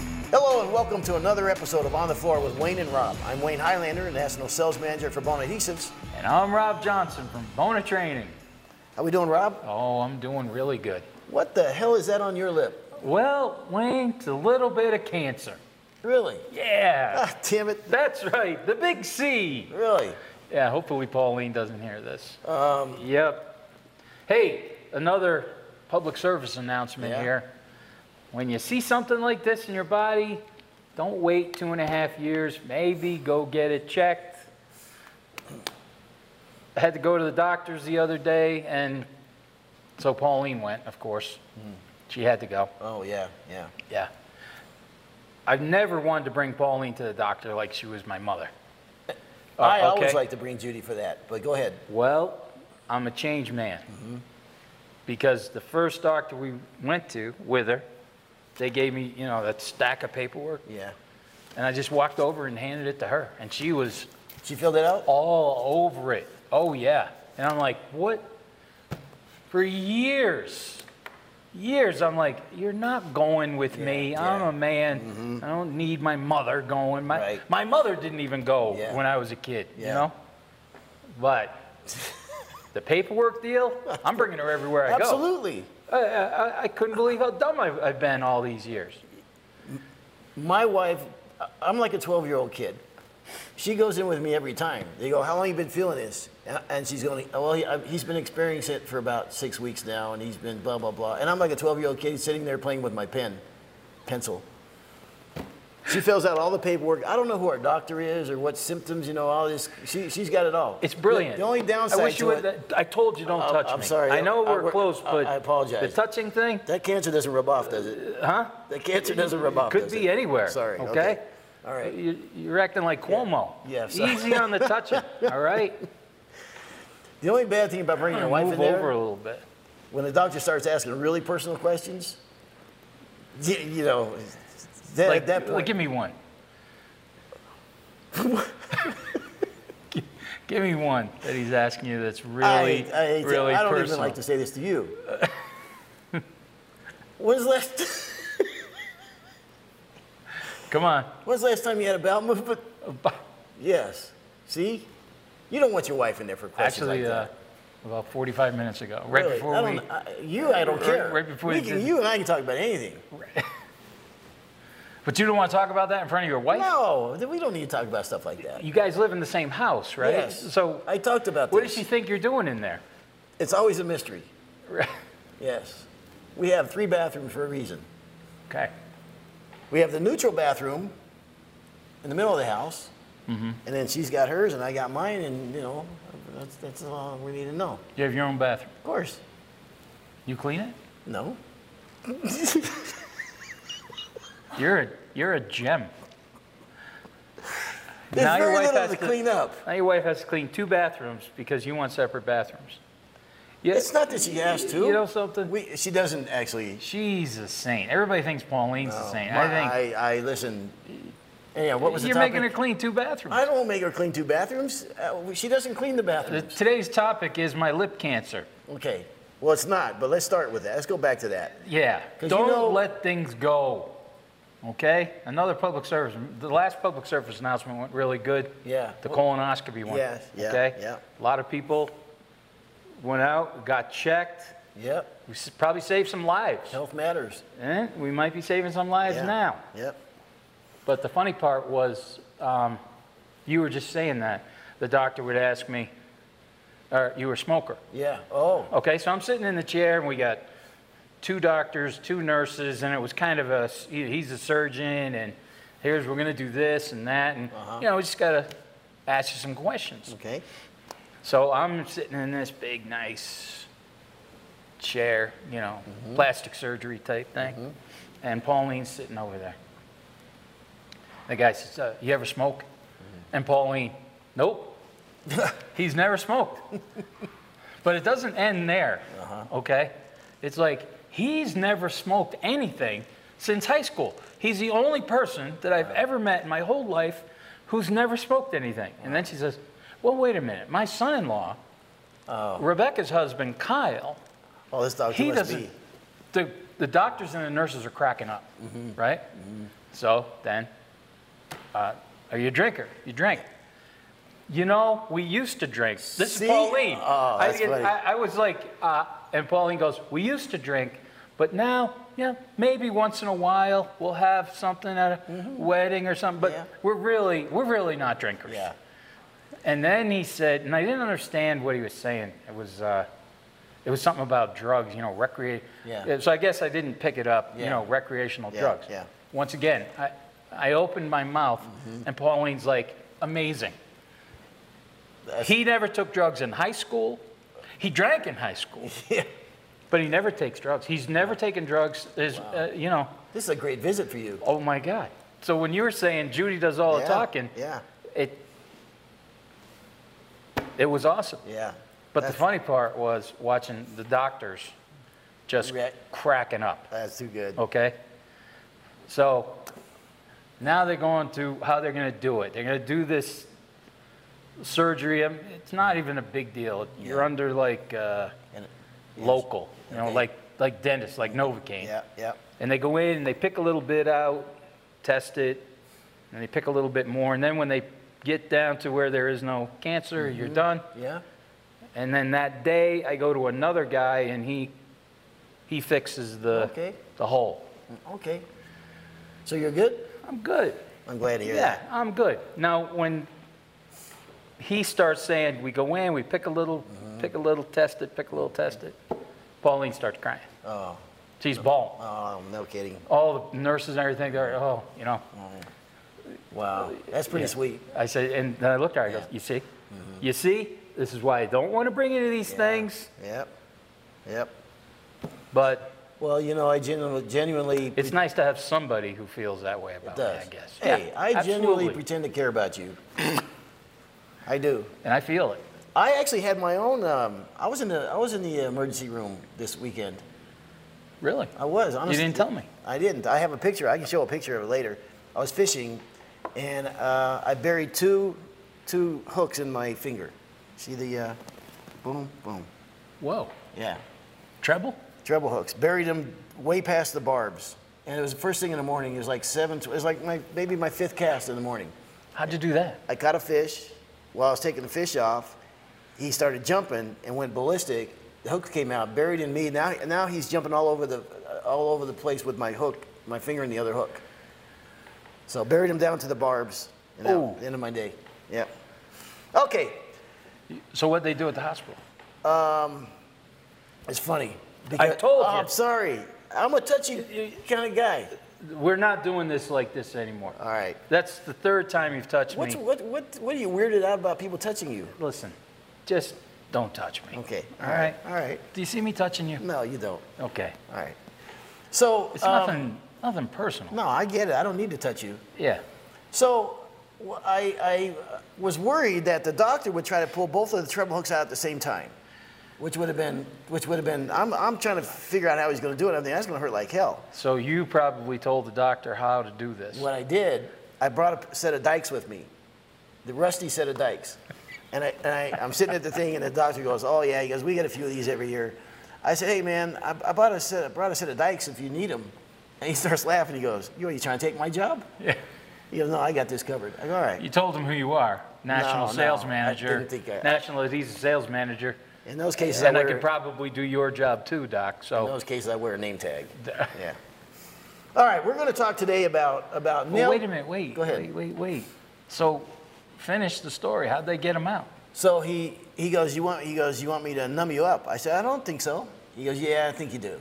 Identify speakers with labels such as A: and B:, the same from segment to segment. A: and welcome to another episode of On the Floor with Wayne and Rob. I'm Wayne Highlander, National Sales Manager for Bone Adhesives.
B: And I'm Rob Johnson from Bona Training.
A: How we doing, Rob?
B: Oh, I'm doing really good.
A: What the hell is that on your lip?
B: Well, Wayne, it's a little bit of cancer.
A: Really?
B: Yeah,
A: Ah, damn it.
B: that's right, the big C.
A: Really?
B: Yeah, hopefully Pauline doesn't hear this. Um, yep. Hey, another public service announcement
A: Yeah.
B: here. When you see something like this in your body, don't wait two and a half years. Maybe go get it checked. I had to go to the doctor's the other day, and so Pauline went, of course. She had to go.
A: Oh, yeah, Hmm. yeah.
B: Yeah. I've never wanted to bring Pauline to the doctor like she was my mother. Uh,
A: I
B: okay.
A: always like to bring Judy for that, but go ahead.
B: Well, I'm a change man. Because the first doctor we went to with her, they gave me, you know, that stack of paperwork,
A: Yeah.
B: and I just walked over and handed it to her, and she was
A: She filled it out?
B: all over it. Oh, yeah. And I'm like, what? For years, years, I'm like, you're not going with me.
A: Yeah,
B: I'm
A: yeah.
B: a man. I don't need my mother going. My,
A: Right.
B: my mother didn't even go
A: Yeah.
B: when I was a kid, you
A: Yeah.
B: know? But the paperwork deal, I'm bringing her everywhere I go.
A: Absolutely.
B: I, I, I couldn't believe how dumb I've, I've been all these years.
A: My wife, I- I'm like a 12 year old kid. She goes in with me every time. They go, How long you been feeling this? And- And she's going, Well, he, I- he's been experiencing it for about six weeks now, and he's been blah, blah, blah. And I'm like a 12 year old kid sitting there playing with my pen, pencil. She fills out all the paperwork. I don't know who our doctor is or what symptoms, you know, all this. She, she's got it all.
B: It's brilliant.
A: The, only downside
B: I wish
A: to
B: you
A: it,
B: would. I told you don't
A: I'm-
B: touch
A: I'm
B: me.
A: sorry.
B: I know
A: I- I
B: we're
A: work-
B: close,
A: I-
B: but
A: I apologize.
B: The touching thing,
A: that cancer doesn't rub off, does it?
B: huh?
A: That cancer doesn't rub off.
B: Could
A: does
B: be
A: it?
B: anywhere,
A: Sorry.
B: okay?
A: All right.
B: You- You're acting like Cuomo.
A: Yeah, sorry.
B: Easy on the touching, all right?
A: The only bad thing about bringing your wife in
B: Move
A: there,
B: over a little bit.
A: when the doctor starts asking really personal questions, you, you know, that,
B: Like,
A: at that point,
B: like, give me one. Gi- Give me one that he's asking you that's
A: I,
B: really,
A: I, hate to-
B: really
A: I don't
B: personal.
A: even like to say this to you. when's the last
B: Come on.
A: When's the last time you had a bowel movement?
B: Bu-
A: Yes. See, you don't want your wife in there for questions
B: Actually,
A: like
B: uh,
A: that.
B: about 45 minutes ago, right
A: Really,
B: before
A: I
B: we.
A: don't, I, you, I don't
B: Right-
A: care.
B: right before
A: we
B: we
A: can,
B: did-
A: you and I can talk about anything.
B: But you don't want to talk about that in front of your wife?
A: No, we don't need to talk about stuff like that.
B: You guys live in the same house, right?
A: Yes.
B: So
A: I talked about
B: what
A: this.
B: does she think you're doing in there?
A: It's always a mystery. Yes. We have three bathrooms for a reason.
B: okay.
A: We have the neutral bathroom in the middle of the house,
B: Mm-hmm.
A: and then she's got hers and I got mine, and you know, that's, that's all we need to know.
B: You have your own bathroom.
A: Of course.
B: You clean it?
A: No.
B: You're a you're a gem.
A: There's
B: Now your
A: very
B: wife
A: little
B: has
A: to
B: to-
A: clean up.
B: Now your wife has to clean two bathrooms because you want separate bathrooms. Yeah,
A: It's not that she has to.
B: You know something?
A: We, she doesn't actually.
B: she's a saint. Everybody thinks Pauline's a saint. I think
A: I, I listen. Anyhow, Oh what was
B: you're
A: the topic?
B: making her clean two bathrooms.
A: I don't make her clean two bathrooms. Uh, she doesn't clean the
B: The-
A: bathrooms.
B: today's topic is my lip cancer.
A: Okay. Well, it's not, but let's start with that. Let's go back to that.
B: Yeah.
A: 'Cause you
B: Don't
A: know-
B: let things go. Okay? Another public service. The last public service announcement went really good.
A: Yeah.
B: The
A: Well-
B: colonoscopy one.
A: Yeah, yeah,
B: Okay?
A: yeah.
B: A lot of people went out, got checked.
A: Yep.
B: We s- probably saved some lives.
A: Health matters.
B: Eh? We might be saving some lives
A: Yeah.
B: now.
A: Yep.
B: But the funny part was, um, you were just saying that. The doctor would ask me, or you were a smoker.
A: Yeah. Oh.
B: Okay, so I'm sitting in the chair and we got two doctors, two nurses, and it was kind of a he- he's a surgeon and here's we're gonna do this and that and
A: Uh-huh.
B: you know we just gotta ask you some questions.
A: Okay.
B: So I'm sitting in this big nice chair, you know, plastic surgery type thing, and Pauline's sitting over there. The guy says, uh, "You ever smoke?" And Pauline, "Nope." He's never smoked. but it doesn't end there. Okay? It's like he's never smoked anything since high school. He's the only person that I've ever met in my whole life who's never smoked anything. And then she says, "Well, wait a minute. My son-in-law, Rebecca's husband, Kyle,
A: Oh, this doctor
B: he
A: must
B: doesn't
A: be.
B: the the doctors and the nurses are cracking up,
A: Mm-hmm.
B: right? So then, uh, are you a drinker? You drink. You know, we used to drink. This
A: See?
B: is Pauline.
A: Oh,
B: I,
A: that's funny.
B: I, I was like, uh, and Pauline goes, we used to drink, but now, yeah, maybe once in a while we'll have something at a wedding or something. But
A: Mm-hmm. Yeah.
B: we're really, we're really not drinkers.
A: Yeah.
B: And then he said, and I didn't understand what he was saying. It was, uh, it was something about drugs, you know, recreate.
A: Yeah.
B: So I guess I didn't pick it up, you
A: Yeah.
B: know, recreational
A: Yeah,
B: drugs.
A: yeah. Mm-hmm.
B: Once again, I, I opened my mouth, and Pauline's like, amazing.
A: That's-
B: He never took drugs in high school. He drank in high school,
A: Yeah.
B: but he never takes drugs. He's never taken drugs. There's, uh, you know,
A: This is a great visit for you.
B: oh my God. So when you were saying Judy does all
A: yeah.
B: the Oh, talking,
A: Yeah.
B: it, it was awesome.
A: Yeah.
B: But
A: that's,
B: the funny part was watching the doctors just
A: React.
B: cracking up,
A: That's too good.
B: okay? So now they're going to how they're going to do it. They're going to do this surgery. I mean, It's not even a big deal. You're
A: Yeah.
B: under like uh,
A: And- yes.
B: local, you know,
A: Okay.
B: like like dentists, like Novocaine.
A: Yeah. Yeah.
B: And they go in and they pick a little bit out, test it, and they pick a little bit more. And then when they get down to where there is no cancer, you're done.
A: Yeah.
B: And then that day, I go to another guy, and he he fixes the
A: Okay.
B: the hole.
A: Okay. So you're good.
B: I'm good.
A: I'm glad to hear
B: Yeah,
A: that.
B: I'm good. Now when he starts saying, we go in, we pick a little, pick a little, test it, pick a little, test it. Pauline starts crying.
A: Oh.
B: She's bawling.
A: Oh, no kidding.
B: All the nurses and everything, they're oh, you know.
A: Wow. That's pretty sweet.
B: I said, and then I looked at her. I
A: Yeah. Mm-hmm.
B: go, you see, you see, this is why I don't want to bring into these things.
A: Yep. Yep.
B: But
A: Well, you know, I genuinely, genuinely
B: It's nice to have somebody who feels that way about
A: does.
B: me, I guess.
A: Hey,
B: Yeah,
A: I genuinely
B: absolutely.
A: pretend to care about you. I do.
B: And I feel it.
A: I actually had my own. Um, I was in the I was in the emergency room this weekend.
B: Really?
A: I was honestly.
B: didn't tell me.
A: I didn't. I have a picture. I can show a picture of it later. I was fishing, and uh, I buried two two hooks in my finger. See the uh, boom boom.
B: Whoa.
A: Yeah,
B: Treble?
A: treble hooks. Buried them way past the barbs. And it was the first thing in the morning. It was like seven. It was like my maybe my fifth cast in the morning.
B: How'd you do that?
A: I caught a fish. While I was taking the fish off, he started jumping and went ballistic. The hook came out, buried in me. Now, now he's jumping all over the, all over the place with my hook, my finger in the other hook. So buried him down to the barbs. And out,
B: Ooh.
A: end of my day. Yeah. Okay.
B: So what'd they do at the hospital?
A: It's funny.
B: told
A: Oh,
B: you.
A: I'm sorry. I'm a touchy kind of guy.
B: We're not doing this like this anymore.
A: All right.
B: That's the third time you've touched
A: What's,
B: me.
A: what, what, what are you weirded out about people touching you?
B: Listen, just don't touch me.
A: Okay.
B: All right.
A: All right.
B: Do you see me touching you?
A: No, you don't.
B: Okay.
A: All right. So
B: It's
A: um,
B: nothing nothing personal.
A: No, I get it. I don't need to touch you.
B: Yeah.
A: So wh- I, I uh, was worried that the doctor would try to pull both of the treble hooks out at the same time, which would have been, which would have been. I'm, I'm trying to figure out how he's going to do it. I think that's going to hurt like hell.
B: So you probably told the doctor how to do this.
A: What I did, I brought a set of dikes with me, the rusty set of dikes, and I, and I I'm sitting at the thing, and the doctor goes, "Oh yeah," he goes, "We get a few of these every year." I said, "Hey man, I, I bought a set, I brought a set of dikes if you need them," and he starts laughing. He goes, "You are you trying to take my job?"
B: Yeah.
A: He goes, "No, I got this covered." I go, "All right."
B: You told them who you are. National
A: No,
B: sales
A: no, I
B: manager.
A: didn't think I-
B: National adhesive sales manager.
A: In those cases,
B: And
A: I
B: I
A: wear,
B: could probably do your job too, Doc.
A: in
B: So,
A: those cases I wear a name tag. yeah. All right, we're going to talk today about about
B: Well,
A: nail.
B: wait a minute, wait,
A: Go ahead.
B: wait, wait, wait. So, finish the story. How'd they get him out?
A: So he he goes, you want he goes, you want me to numb you up? I said, I don't think so. He goes, yeah, I think you do.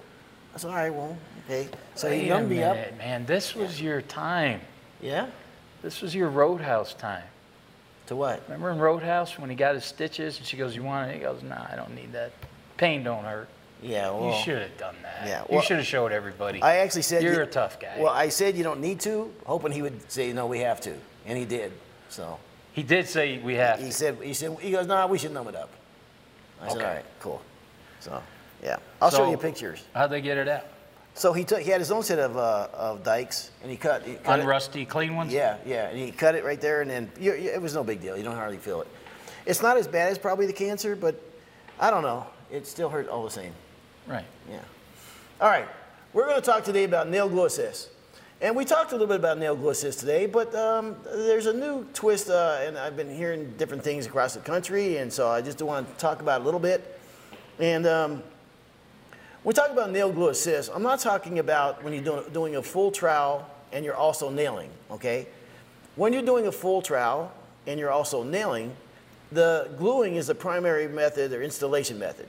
A: I said, all right, well, okay. So
B: wait
A: he
B: a
A: numbed me up.
B: minute, man. This was your time.
A: Yeah.
B: This was your Roadhouse time.
A: To what?
B: Remember in Roadhouse when he got his stitches and she goes, "You want it?" He goes, "Nah, I don't need that. Pain don't hurt."
A: Yeah. Oh, Well,
B: you should have done that.
A: yeah,
B: you
A: well,
B: should have showed everybody.
A: I actually said
B: you're
A: you-
B: a tough guy.
A: Well, I said you don't need to, hoping he would say no, we have to, and he did. So
B: he did say we have.
A: he
B: to.
A: said he said he goes, nah, we should numb it up. I said,
B: Okay.
A: all right, cool. So yeah, I'll show
B: So-
A: you pictures.
B: How'd they get it out?
A: So he took he had his own set of uh, of dikes, and he cut. He cut it-
B: Unrusty, clean ones.
A: Yeah, yeah, and he cut it right there, and then you, you- it was no big deal. You don't hardly feel it. It's not as bad as probably the cancer, but I don't know. It still hurt all the same.
B: Right.
A: Yeah. All right. We're going to talk today about nail glue assist. And we talked a little bit about nail glue assist today, but um, there's a new twist, uh, and I've been hearing different things across the country, and so I just want to talk about it a little bit. And um, we talk about nail glue assist. I'm not talking about when you're doing, doing a full trowel and you're also nailing, okay? When you're doing a full trowel and you're also nailing, the gluing is the primary method or installation method.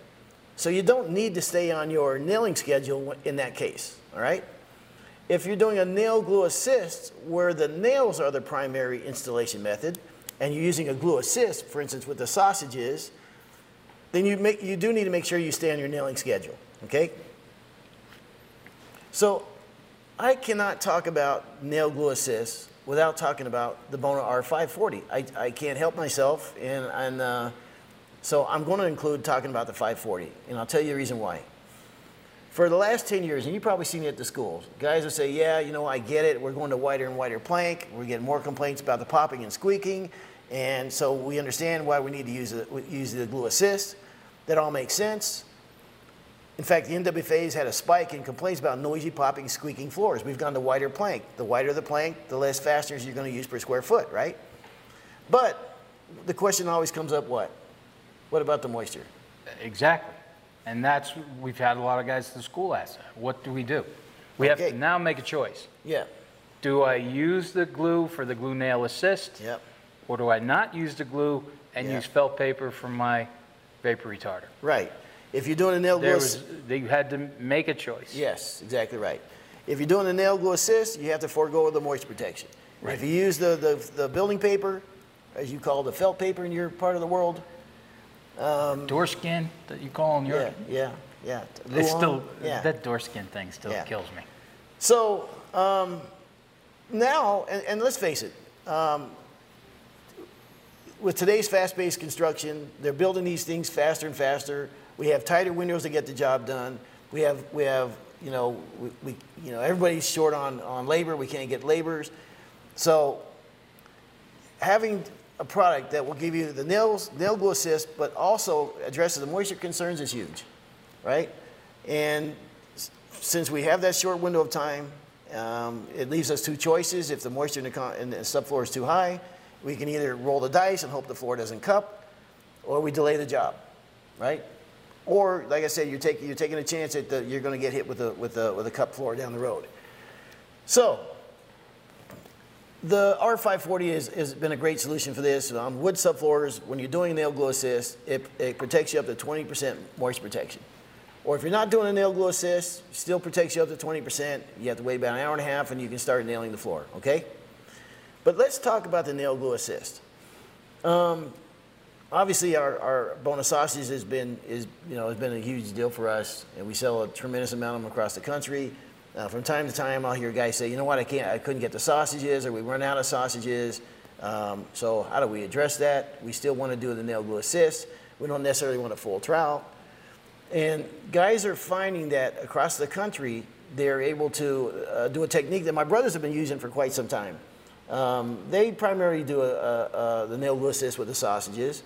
A: So you don't need to stay on your nailing schedule in that case, all right? If you're doing a nail glue assist where the nails are the primary installation method and you're using a glue assist, for instance, with the sausages, then you, make, you do need to make sure you stay on your nailing schedule, okay? So I cannot talk about nail glue assist without talking about the Bona R540. I, I can't help myself, and, and uh, so I'm going to include talking about the 540, and I'll tell you the reason why. For the last 10 years, and you've probably seen it at the schools, guys will say, Yeah, you know, I get it. We're going to wider and wider plank. We're getting more complaints about the popping and squeaking. And so we understand why we need to use the, use the glue assist. That all makes sense. In fact, the NWFA's had a spike in complaints about noisy, popping, squeaking floors. We've gone to wider plank. The wider the plank, the less fasteners you're going to use per square foot, right? But the question always comes up what? What about the moisture?
B: Exactly. And that's, we've had a lot of guys at the school ask that. What do we do? We have
A: Okay.
B: to now make a choice.
A: Yeah,
B: Do I use the glue for the glue nail assist?
A: Yep.
B: Or do I not use the glue and
A: Yeah.
B: use felt paper for my vapor retarder?
A: right. If you're doing a nail glue
B: There
A: assist,
B: was, they had to make a choice.
A: Yes, exactly right. If you're doing a nail glue assist, you have to forego the moisture protection. If you use the, the, the building paper, as you call the felt paper in your part of the world,
B: Door skin that you call in
A: yeah,
B: Europe.
A: yeah, yeah. Luan,
B: It's still,
A: yeah.
B: that door skin thing still
A: Yeah.
B: kills me.
A: So um, now, and, and let's face it, um, with today's fast paced construction, they're building these things faster and faster. We have tighter windows to get the job done. We have, we have you know, we, we, you know, everybody's short on, on labor. We can't get laborers. So having a product that will give you the nails, nail glue assist, but also addresses the moisture concerns is huge, right? And s- since we have that short window of time, um, it leaves us two choices. If the moisture in the, con- in the subfloor is too high, we can either roll the dice and hope the floor doesn't cup, or we delay the job, right? Or, like I said, you're taking, you're taking a chance that the, you're going to get hit with a, with, a, with a cup floor down the road. So, the R540 is, has been a great solution for this. On wood subfloors, when you're doing nail glue assist, it, it protects you up to 20% moisture protection. Or if you're not doing a nail glue assist, still protects you up to 20%. You have to wait about an hour and a half and you can start nailing the floor, okay? But let's talk about the nail glue assist. Um, obviously, our, our bonus sausage has been, is, you know, has been a huge deal for us, and we sell a tremendous amount of them across the country. Uh, from time to time, I'll hear guys say, "You know what? I can't. I couldn't get the sausages, or we run out of sausages." Um, so, how do we address that? We still want to do the nail glue assist. We don't necessarily want a full trowel. And guys are finding that across the country, they're able to uh, do a technique that my brothers have been using for quite some time. Um, they primarily do a, a, a, the nail glue assist with the sausages.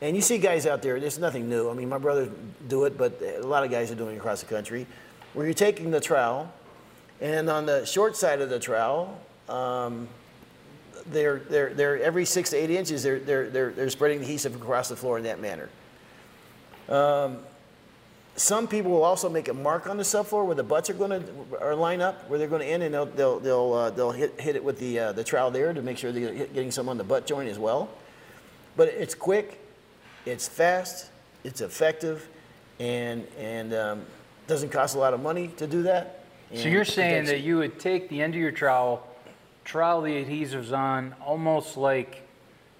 A: And you see guys out there, there's nothing new. I mean, my brothers do it, but a lot of guys are doing it across the country, where you're taking the trowel, and on the short side of the trowel, um, they're, they're, they're every six to eight inches, they're, they're, they're, they're spreading the adhesive across the floor in that manner. Um, Some people will also make a mark on the subfloor where the butts are going to are line up, where they're going to end, and they'll they'll they'll, uh, they'll hit, hit it with the uh, the trowel there to make sure they're hit- getting some on the butt joint as well. But it's quick, it's fast, it's effective, and and um, doesn't cost a lot of money to do that.
B: So
A: and
B: you're saying that
A: protects-
B: you would take the end of your trowel, trowel the adhesives on, almost like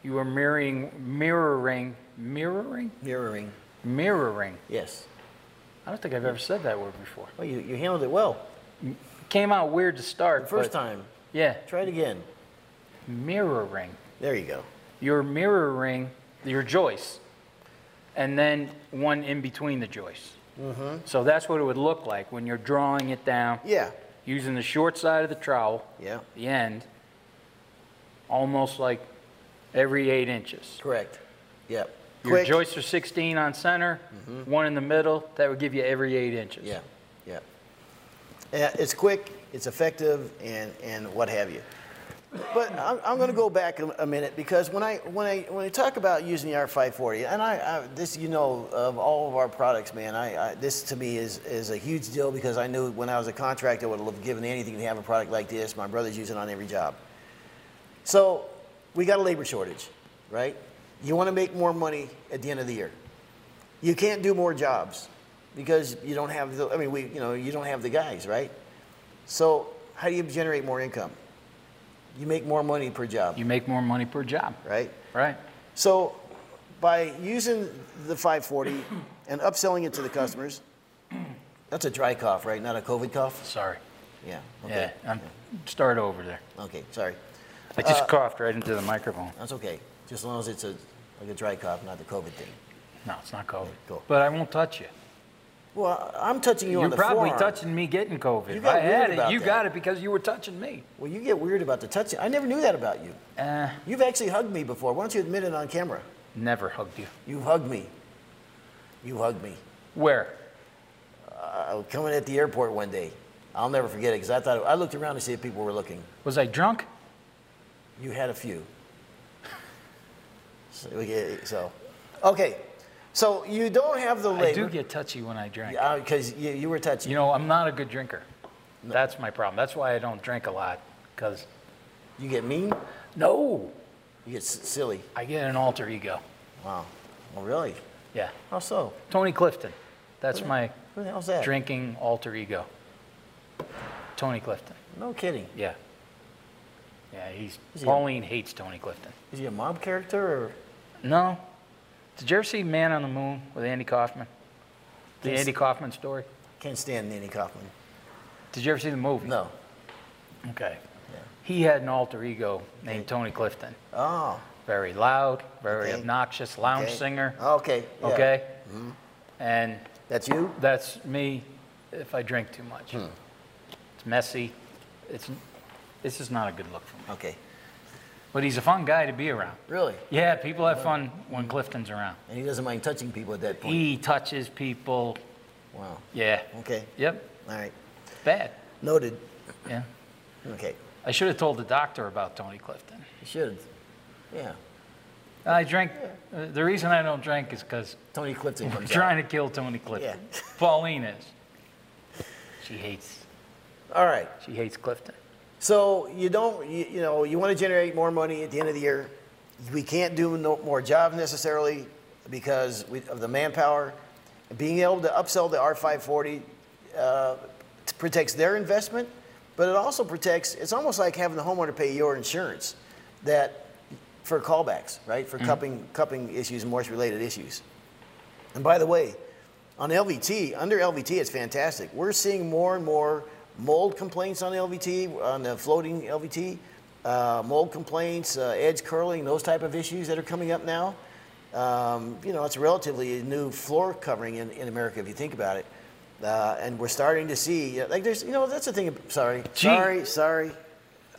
B: you were mirroring, mirroring, mirroring,
A: mirroring?
B: mirroring.
A: Yes.
B: I don't think I've ever said that word before.
A: Well, you, you handled it well
B: Came out weird to start.
A: the first
B: but-
A: time.
B: Yeah,
A: Try it again.
B: mirroring.
A: There you go.
B: You're mirroring your joist, and then one in between the joist.
A: Mm-hmm.
B: So that's what it would look like when you're drawing it down,
A: Yeah.
B: using the short side of the trowel.
A: Yeah.
B: the end, almost like every eight inches.
A: Correct. Yep.
B: Your joists are 16
A: Mm-hmm.
B: on center, one in the middle. That would give you every eight inches.
A: Yeah, yeah. Uh, It's quick, it's effective, and, and what have you. But I'm, I'm going to go back a, a minute because when I when I when I talk about using the R540, and I, I this you know of all of our products, man, I, I this to me is is a huge deal because I knew when I was a contractor, I would have given anything to have a product like this. My brother's using it on every job. So we got a labor shortage, right? You want to make more money at the end of the year. You can't do more jobs because you don't have the. I mean, we you know you don't have the guys, right? So how do you generate more income? You make more money per job,
B: You make more money per job,
A: right?
B: right?
A: So by using the 540 and upselling it to the customers, that's a dry cough, right? Not a COVID cough.
B: Sorry.
A: Yeah. Okay.
B: Yeah, I'm, start over there.
A: Okay. Sorry.
B: I
A: Uh,
B: just coughed right into the microphone.
A: That's okay. Just as long as it's a like a dry cough, not the COVID thing.
B: No, it's not COVID.
A: Cool.
B: But I won't touch you.
A: Well, I'm touching you
B: You're
A: on the
B: probably
A: forearm.
B: touching me getting COVID.
A: You
B: If
A: got
B: I
A: weird
B: had it.
A: about
B: You
A: that.
B: got it because you were touching me.
A: Well, you get weird about the touching. I never knew that about you.
B: Uh,
A: You've actually hugged me before. Why don't you admit it on camera?
B: never hugged you.
A: You've hugged me. You hugged me.
B: Where?
A: I was coming at the airport one day. I'll never forget it because I thought I looked around to see if people were looking.
B: Was I drunk?
A: You had a few. So, we get- so- okay. So you don't have the
B: I do
A: labor
B: get touchy when I drink.
A: because you, you were touching.
B: You know, I'm not a good drinker. That's my problem. That's why I don't drink a lot. Because,
A: You get mean.
B: no,
A: You get s- silly.
B: I get an alter ego.
A: Wow. Oh, really?
B: Yeah.
A: How so?
B: Tony Clifton. That's my
A: Who the hell's that?
B: drinking alter ego. Tony Clifton.
A: No kidding.
B: Yeah. Yeah, he's.
A: Is he a-
B: Pauline hates Tony Clifton.
A: Is he a mob character or?
B: No. Did you ever see Man on the Moon with Andy Kaufman? The
A: Yes.
B: Andy Kaufman story?
A: Can't stand Nanny Kaufman.
B: Did you ever see the movie?
A: No.
B: Okay. He had an alter ego named Tony Clifton.
A: Oh.
B: Very loud, very
A: Okay.
B: obnoxious lounge
A: okay.
B: singer.
A: Okay. yeah. Mm-hmm.
B: Okay? And
A: That's you?
B: that's me if I drink too much.
A: Hmm.
B: It's messy. It's, this is not a good look for me.
A: Okay.
B: But he's a fun guy to be around.
A: Really?
B: Yeah, people have fun when Clifton's around.
A: And he doesn't mind touching people at that point.
B: He touches people.
A: wow.
B: Yeah.
A: Okay.
B: Yep.
A: All right.
B: Bad.
A: Noted.
B: Yeah.
A: Okay.
B: I should have told the doctor about Tony Clifton.
A: You should. Yeah.
B: I drink. uh, The reason I don't drink is because
A: Tony Clifton
B: I'm
A: comes out.
B: trying to kill Tony Clifton.
A: Yeah.
B: Pauline is. She hates.
A: All right.
B: She hates Clifton.
A: So you don't, you, you know, you want to generate more money at the end of the year. We can't do no, more jobs necessarily because we, of the manpower. Being able to upsell the R540 uh, t- protects their investment, but it also protects. It's almost like having the homeowner pay your insurance, that for callbacks, right? For cupping, cupping issues, and mortgage related issues. And by the way, on LVT, under LVT, it's fantastic. We're seeing more and more mold complaints on LVT, on the floating LVT, uh, mold complaints, uh, edge curling, those type of issues that are coming up now. Um, you know, it's relatively a new floor covering in, in America if you think about it. Uh, and we're starting to see, uh, like, there's, you know, that's the thing. Sorry,
B: Gee.
A: sorry, sorry.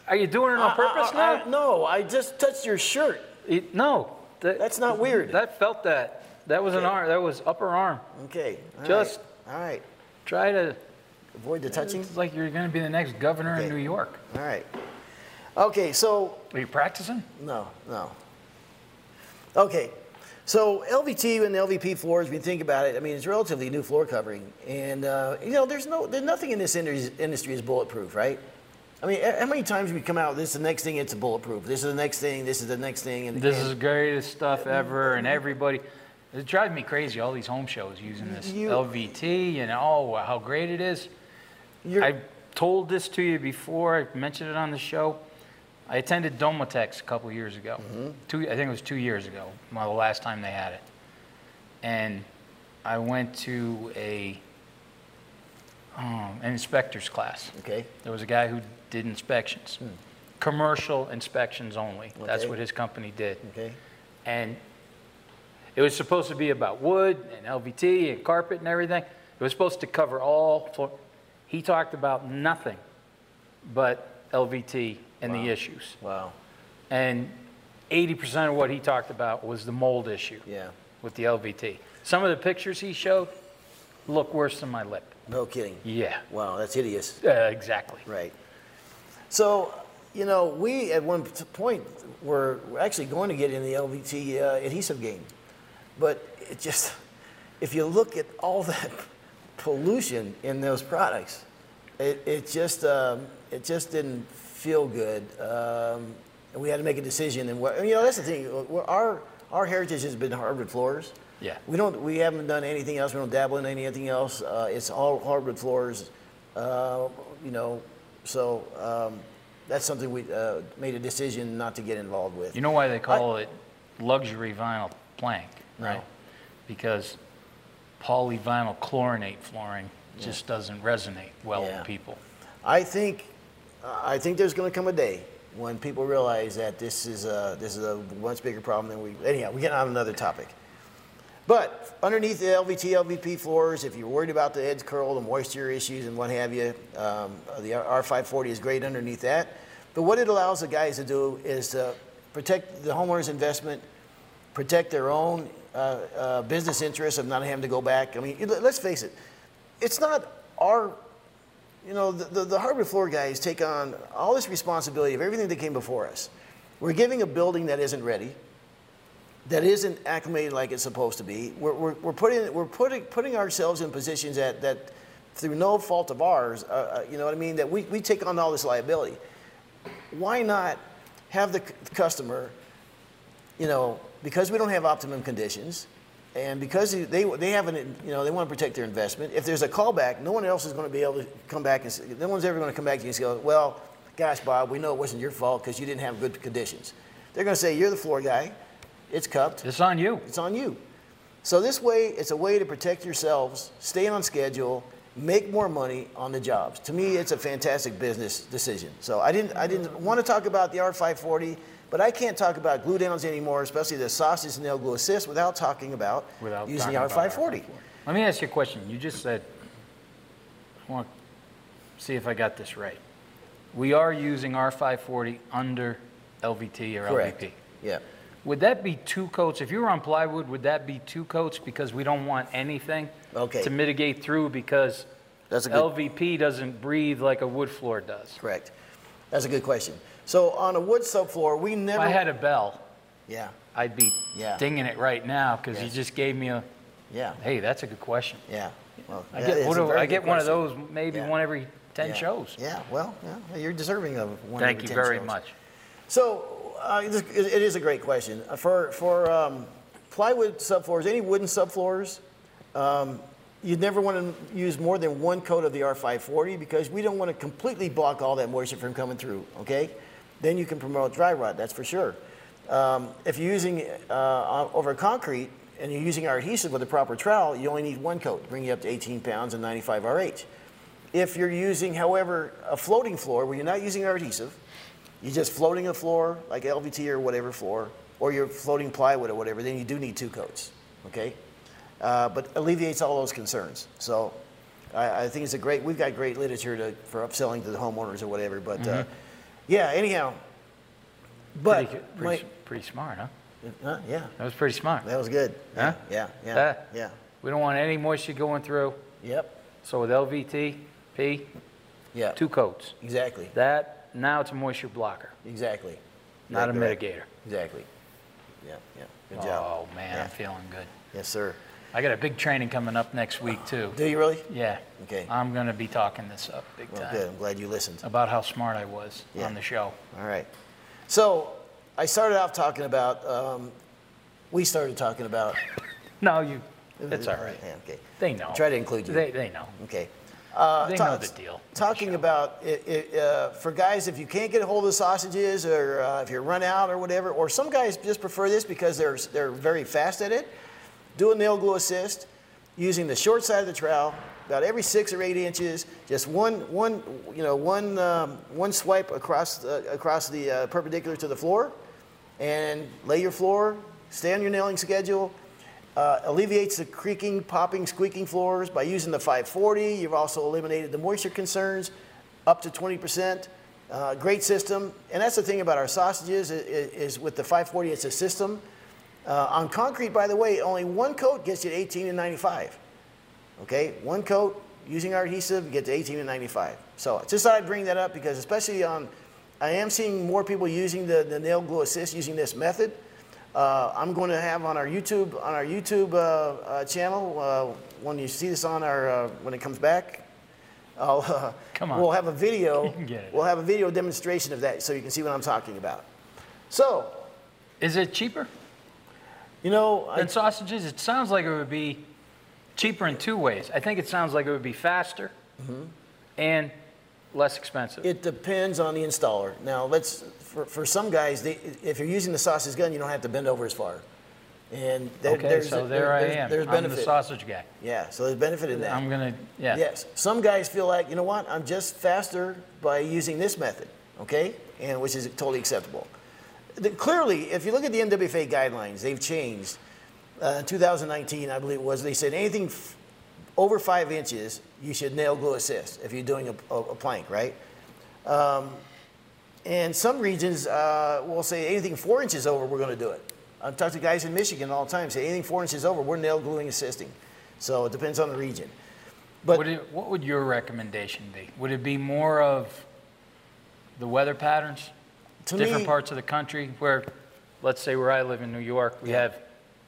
B: Are you doing it on purpose
A: I- Uh, I- I-
B: now?
A: no, I just touched your shirt.
B: It- no. That-
A: That's not weird.
B: That felt that. That was an
A: Okay.
B: arm. That was upper arm.
A: Okay. all right,
B: Just-
A: all right.
B: Try to.
A: Avoid the touching.
B: It's like you're going to be the next governor
A: Okay.
B: in New York.
A: All right. Okay, so
B: Are you practicing?
A: no, no. Okay, so LVT and LVP floors. When you think about it, I mean, it's relatively new floor covering, and uh, you know, there's no, there's nothing in this industry, industry is bulletproof, right? I mean, how how many times we come out? This is the next thing. It's bulletproof. This is the next thing. This is the next thing. And
B: This
A: and
B: is the greatest stuff ever, and everybody. It drives me crazy, all these home shows using this
A: You-
B: LVT and oh, how great it is.
A: you're,
B: I've told this to you before, I've mentioned it on the show. I attended Domotex a couple years ago.
A: Mm-hmm.
B: Two, I think it was two years ago, my, the last time they had it. And I went to a um, an inspector's class.
A: okay.
B: There was a guy who did inspections, commercial inspections only. That's
A: Hmm. Okay.
B: what his company did.
A: Okay.
B: And it was supposed to be about wood and LVT and carpet and everything. It was supposed to cover all floor. He talked about nothing but LVT and the issues.
A: Wow.
B: And 80% of what he talked about was the mold issue
A: Yeah.
B: with the LVT. Some of the pictures he showed, look worse than my lip.
A: No kidding.
B: Yeah.
A: Wow, that's hideous.
B: Uh, exactly.
A: Right. So, you know, we at one p- point were were actually going to get in the LVT uh, adhesive game, but it just, if you look at all that pollution in those products, it, it just um, it just didn't feel good. Um, and we had to make a decision, and what, and, you know that's the thing. We're- Our our heritage has been hardwood floors.
B: Yeah.
A: We don't. We haven't done anything else. We don't dabble in anything else. Uh, it's all hardwood floors, uh, you know. So um, that's something we uh, made a decision not to get involved with.
B: You know why they call it luxury vinyl plank, right?
A: No.
B: Because polyvinyl chlorinate flooring just doesn't resonate well
A: Yeah.
B: with people.
A: I think, I think there's going to come a day when people realize that this is a this is a much bigger problem than we. Anyhow, we get on another topic. But underneath the LVT, LVP floors, if you're worried about the edge curl, the moisture issues, and what have you, um, the R540 is great underneath that. But what it allows the guys to do is to protect the homeowner's investment, protect their own uh, uh, business interests of not having to go back. I mean, you- let's face it, it's not our you know, the, the, the hardwood floor guys take on all this responsibility of everything that came before us. We're giving a building that isn't ready, that isn't acclimated like it's supposed to be. We're, we're, we're, putting, we're putting, putting ourselves in positions that, that through no fault of ours, uh, uh, you know what I mean, that we, we take on all this liability. Why not have the c- customer you know, because we don't have optimum conditions, and because they, they haven't, you know, they want to protect their investment. If there's a callback, no one else is going to be able to come back and say, no one's ever going to come back to you and say, well, gosh, Bob, we know it wasn't your fault because you didn't have good conditions. They're going to say, you're the floor guy, it's cupped,
B: It's on you.
A: it's on you. So this way, it's a way to protect yourselves, stay on schedule, make more money on the jobs. To me, it's a fantastic business decision. So I didn't, I didn't want to talk about the R540, but I can't talk about glue downs anymore, especially the sausage nail glue assist, without talking about
B: Without
A: using the
B: talking about
A: R540.
B: Let me ask you a question. You just said, I want to see if I got this right. We are using R540 under LVT or
A: Correct.
B: LVP.
A: Yeah.
B: Would that be two coats? If you were on plywood, would that be two coats because we don't want anything
A: Okay.
B: to mitigate through because
A: That's a good-
B: LVP doesn't breathe like a wood floor does.
A: Correct. That's a good question. So on a wood subfloor, we
B: If
A: never.
B: I had a bell,
A: yeah.
B: I'd be
A: Yeah.
B: dinging it right now because you
A: Yeah.
B: just gave me a,
A: Yeah.
B: hey, that's a good question.
A: Yeah. Well,
B: I
A: that
B: get,
A: is
B: what
A: a
B: do-
A: very
B: I
A: good
B: get one of
A: question.
B: those maybe
A: Yeah.
B: one every 10
A: Yeah.
B: shows.
A: Yeah, well, yeah, you're deserving of one.
B: Thank
A: every
B: you
A: 10
B: very
A: shows.
B: much.
A: So uh, it is- it is a great question Uh, for for um, plywood subfloors, any wooden subfloors. Um, you'd never want to use more than one coat of the R540 because we don't want to completely block all that moisture from coming through. Okay, then you can promote dry rot. That's for sure. Um, if you're using uh, on- over concrete and you're using our adhesive with a proper trowel, you only need one coat, bring you up to 18 pounds and 95 RH. If you're using, however, a floating floor where you're not using our adhesive, you're just floating a floor like LVT or whatever floor, or you're floating plywood or whatever, then you do need two coats, okay? Uh, but alleviates all those concerns. So I, I think it's a great, we've got great literature to, for upselling to the homeowners or whatever, but uh, yeah, anyhow. But,
B: Mm-hmm. pretty, good-
A: my,
B: pretty, pretty smart, huh?
A: huh, yeah,
B: That was pretty smart.
A: that was good.
B: Huh? Uh.
A: Yeah, yeah,
B: Yeah.
A: yeah.
B: We don't want any moisture going through.
A: Yep,
B: So with LVT, P,
A: yeah.
B: two coats.
A: Exactly,
B: That, now it's a moisture blocker,
A: exactly.
B: not a
A: Right, correct.
B: mitigator.
A: Exactly. Yeah, yeah. Good job.
B: Oh, man,
A: Yeah.
B: I'm feeling good.
A: Yes, sir.
B: I got a big training coming up next week, too.
A: Do you really?
B: Yeah.
A: Okay.
B: I'm going to be talking this up big
A: Well,
B: time
A: good. I'm glad you listened.
B: about how smart I was
A: Yeah.
B: on the show.
A: All right. So I started off talking about, um, we started talking about.
B: No, you, it's all right.
A: Yeah, okay.
B: They know.
A: Try to include you.
B: They, they know.
A: Okay. Uh,
B: They know the deal.
A: Talking about it, it, uh, for guys, if you can't get a hold of sausages, or uh, if you're run out, or whatever, or some guys just prefer this because they're they're very fast at it. Do a nail glue assist using the short side of the trowel, about every six or eight inches. Just one one you know one um, one swipe across the, across the uh, perpendicular to the floor, and lay your floor. Stay on your nailing schedule uh, alleviates the creaking, popping, squeaking floors by using the 540. You've also eliminated the moisture concerns up to 20%. Uh, great system. And that's the thing about our sausages is, is with the 540, it's a system. Uh, on concrete, by the way, only one coat gets you to 18 and 95. Okay, one coat using our adhesive, you get to 18 to 95. So I just thought I'd bring that up because especially on, I am seeing more people using the, the nail glue assist using this method. Uh, I'm going to have on our YouTube on our YouTube uh, uh, channel uh, when you see this on our uh, when it comes back. I'll, uh,
B: Come on.
A: We'll have a video.
B: can get it.
A: We'll have a video demonstration of that so you can see what I'm talking about. So,
B: Is it cheaper
A: you know, I
B: than sausages? It sounds like it would be cheaper in two ways. I think it sounds like it would be faster
A: Mm-hmm.
B: and less expensive.
A: It depends on the installer. Now, let's for, for some guys, they, if you're using the sausage gun, you don't have to bend over as far. And there,
B: okay,
A: there's,
B: so there, I
A: there's,
B: am.
A: There's
B: I'm
A: benefit.
B: the sausage guy.
A: Yeah, so there's benefit in that.
B: I'm gonna yeah.
A: Yes. Some guys feel like, you know what, I'm just faster by using this method, okay? And which is totally acceptable. The, clearly, if you look at the NWFA guidelines, they've changed. Uh, in 2019, I believe it was, they said anything f- over five inches, you should nail glue assist if you're doing a, a, a plank, right? Um, And some regions uh, will say anything four inches over, we're going to do it. I've talked to guys in Michigan all the time say anything four inches over, we're nail gluing assisting. So it depends on the region. But
B: Would it, what would your recommendation be? Would it be more of the weather patterns,
A: to
B: different
A: me,
B: parts of the country, where, let's say where I live in New York, we
A: Yeah.
B: have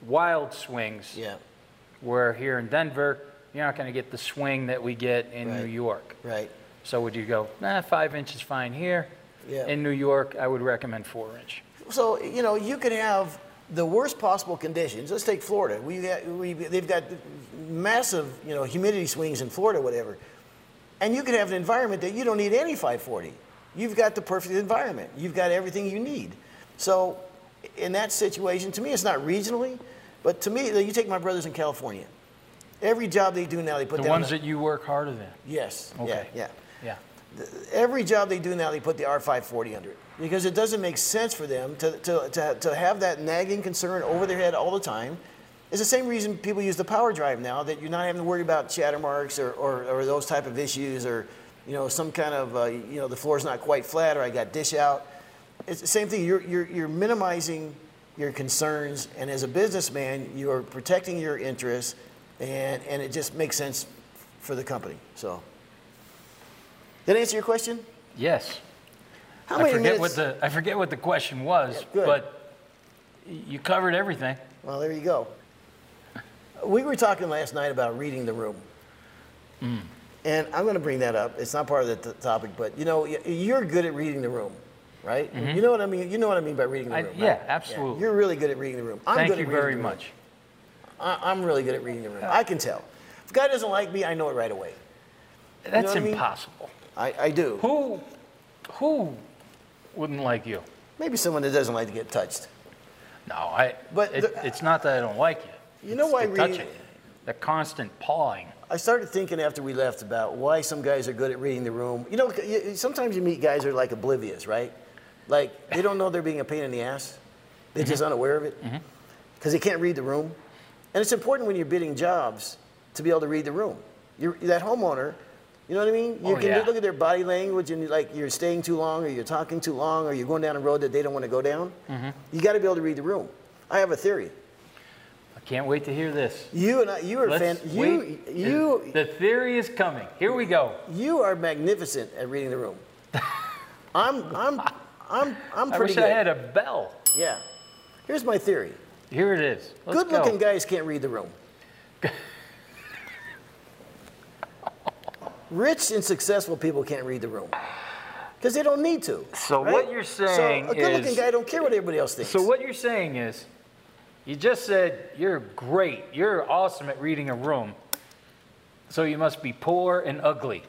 B: wild swings.
A: yeah,
B: Where here in Denver, you're not going to get the swing that we get in New
A: Right.
B: York.
A: right.
B: So would you go, nah, five inches fine here?
A: Yeah.
B: In New York, I would recommend four inch.
A: So you know, you could have the worst possible conditions. Let's take Florida. We, got- we they've got massive you know humidity swings in Florida, whatever. And you could have an environment that you don't need any 540. You've got the perfect environment. You've got everything you need. So in that situation, to me, it's not regionally, but to me, you take my brothers in California. Every job they do now, they put
B: The
A: down
B: ones
A: the-
B: that you work harder than.
A: yes,
B: Okay.
A: yeah, yeah
B: Yeah.
A: every job they do now, they put the R540 under it because it doesn't make sense for them to, to, to, to have that nagging concern over their head all the time. It's the same reason people use the power drive now that you're not having to worry about chatter marks or, or, or those type of issues or you know some kind of uh, you know the floor's not quite flat or I got dish out. It's the same thing. You're, you're, you're minimizing your concerns and as a businessman you're protecting your interests and, and it just makes sense for the company. So did I answer your question?
B: Yes.
A: How
B: I
A: many
B: forget
A: minutes?
B: what the, I forget what the question was,
A: good.
B: but you covered everything.
A: well, there you go. We were talking last night about reading the room.
B: Hmm.
A: And I'm going to bring that up. It's not part of the t- topic, but you know, y- you're good at reading the room, right? You know what I mean? You know what I mean by reading the
B: Mm-hmm. I-
A: room.
B: yeah,
A: right?
B: absolutely.
A: You're really good at reading the room. I'm
B: Thank
A: good
B: you
A: at reading
B: very
A: the room.
B: much.
A: I, I'm really good at reading the room. I can tell. If a guy doesn't like me, I know it right away.
B: That's
A: what I mean?
B: impossible.
A: I, I do.
B: Who, who wouldn't like you?
A: Maybe someone that doesn't like to get touched.
B: No, I.
A: But
B: it,
A: the-
B: it's not that I don't like you.
A: You know
B: It's
A: why
B: the
A: reading-
B: touching, the constant pawing.
A: I started thinking after we left about why some guys are good at reading the room. You know, you- you- sometimes you meet guys who are like oblivious, right? Like they don't know they're being a pain in the ass. They're just
B: Mm-hmm.
A: unaware of it because they can't read the room. And it's important when you're bidding jobs to be able to read the room. You're, that homeowner, you know what I mean? You
B: Oh,
A: can
B: yeah.
A: look at their body language and like you're staying too long or you're talking too long or you're going down a road that they don't want to go down.
B: Mm-hmm.
A: You got to be able to read the room. I have a theory.
B: I can't wait to hear this.
A: You and I, you are fan,
B: Let's
A: you,
B: wait.
A: you,
B: The theory is coming. Here we go.
A: You are magnificent at reading the room. I'm, I'm, I'm, I'm
B: I
A: pretty
B: wish
A: good.
B: I had a bell.
A: Yeah. Here's my theory.
B: Here it is. Let's go.
A: Good-looking guys can't read the room. Rich and successful people can't read the room because they don't need to.
B: So
A: right?
B: what you're saying
A: so a good-looking
B: is-
A: guy don't care what everybody else thinks.
B: So what you're saying is, you just said you're great, you're awesome at reading a room, so you must be poor and ugly.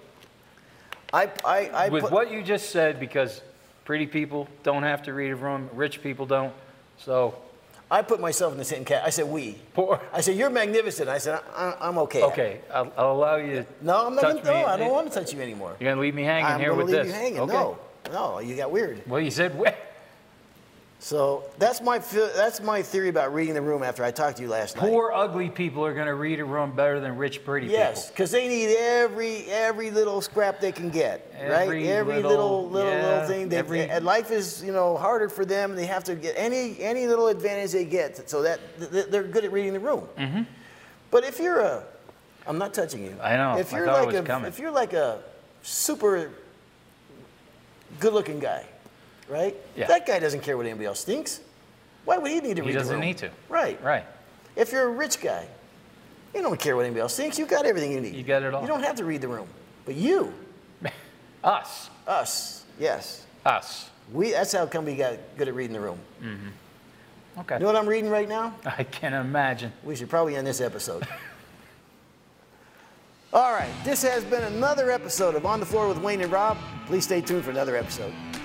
A: I, I, I
B: With
A: put-
B: what you just said, because pretty people don't have to read a room, rich people don't, so
A: I put myself in the same cat. I said we.
B: poor.
A: I said you're magnificent. I said I, I, I'm okay. at it."
B: Okay, I'll, I'll allow you. To
A: No, I'm not.
B: touch
A: Gonna, no,
B: me.
A: I don't want to touch you anymore.
B: You're gonna leave me hanging
A: I'm
B: here
A: gonna
B: with
A: leave
B: this.
A: you hanging.
B: Okay.
A: No, no, you got weird.
B: Well, you said wait.
A: So that's my fe- that's my theory about reading the room after I talked to you last night.
B: poor, ugly people are gonna read a room better than rich, pretty
A: Yes, because they need every every little scrap they can get, right?
B: Every
A: Every
B: little-
A: little little
B: yeah,
A: little thing. They,
B: every-
A: and life is you know harder for them. They have to get any any little advantage they get, so that th- th- they're good at reading the room. But if you're a I'm not touching you.
B: Mm-hmm. I know.
A: If
B: I
A: you're
B: thought
A: like
B: it was
A: a,
B: coming.
A: if you're like a super good-looking guy, right?
B: Yeah.
A: That guy doesn't care what anybody else thinks. Why would he need to
B: He
A: read the
B: doesn't
A: room?
B: need to.
A: Right.
B: Right.
A: If you're a rich guy, you don't care what anybody else thinks. You got everything you need.
B: You got it all.
A: You don't have to read the room. But you,
B: Us.
A: us, yes,
B: Us.
A: we. That's how come we got good at reading the room.
B: Okay.
A: You know what I'm reading right now?
B: I can imagine.
A: We should probably end this episode. All right, this has been another episode of On the Floor with Wayne and Rob. Please stay tuned for another episode.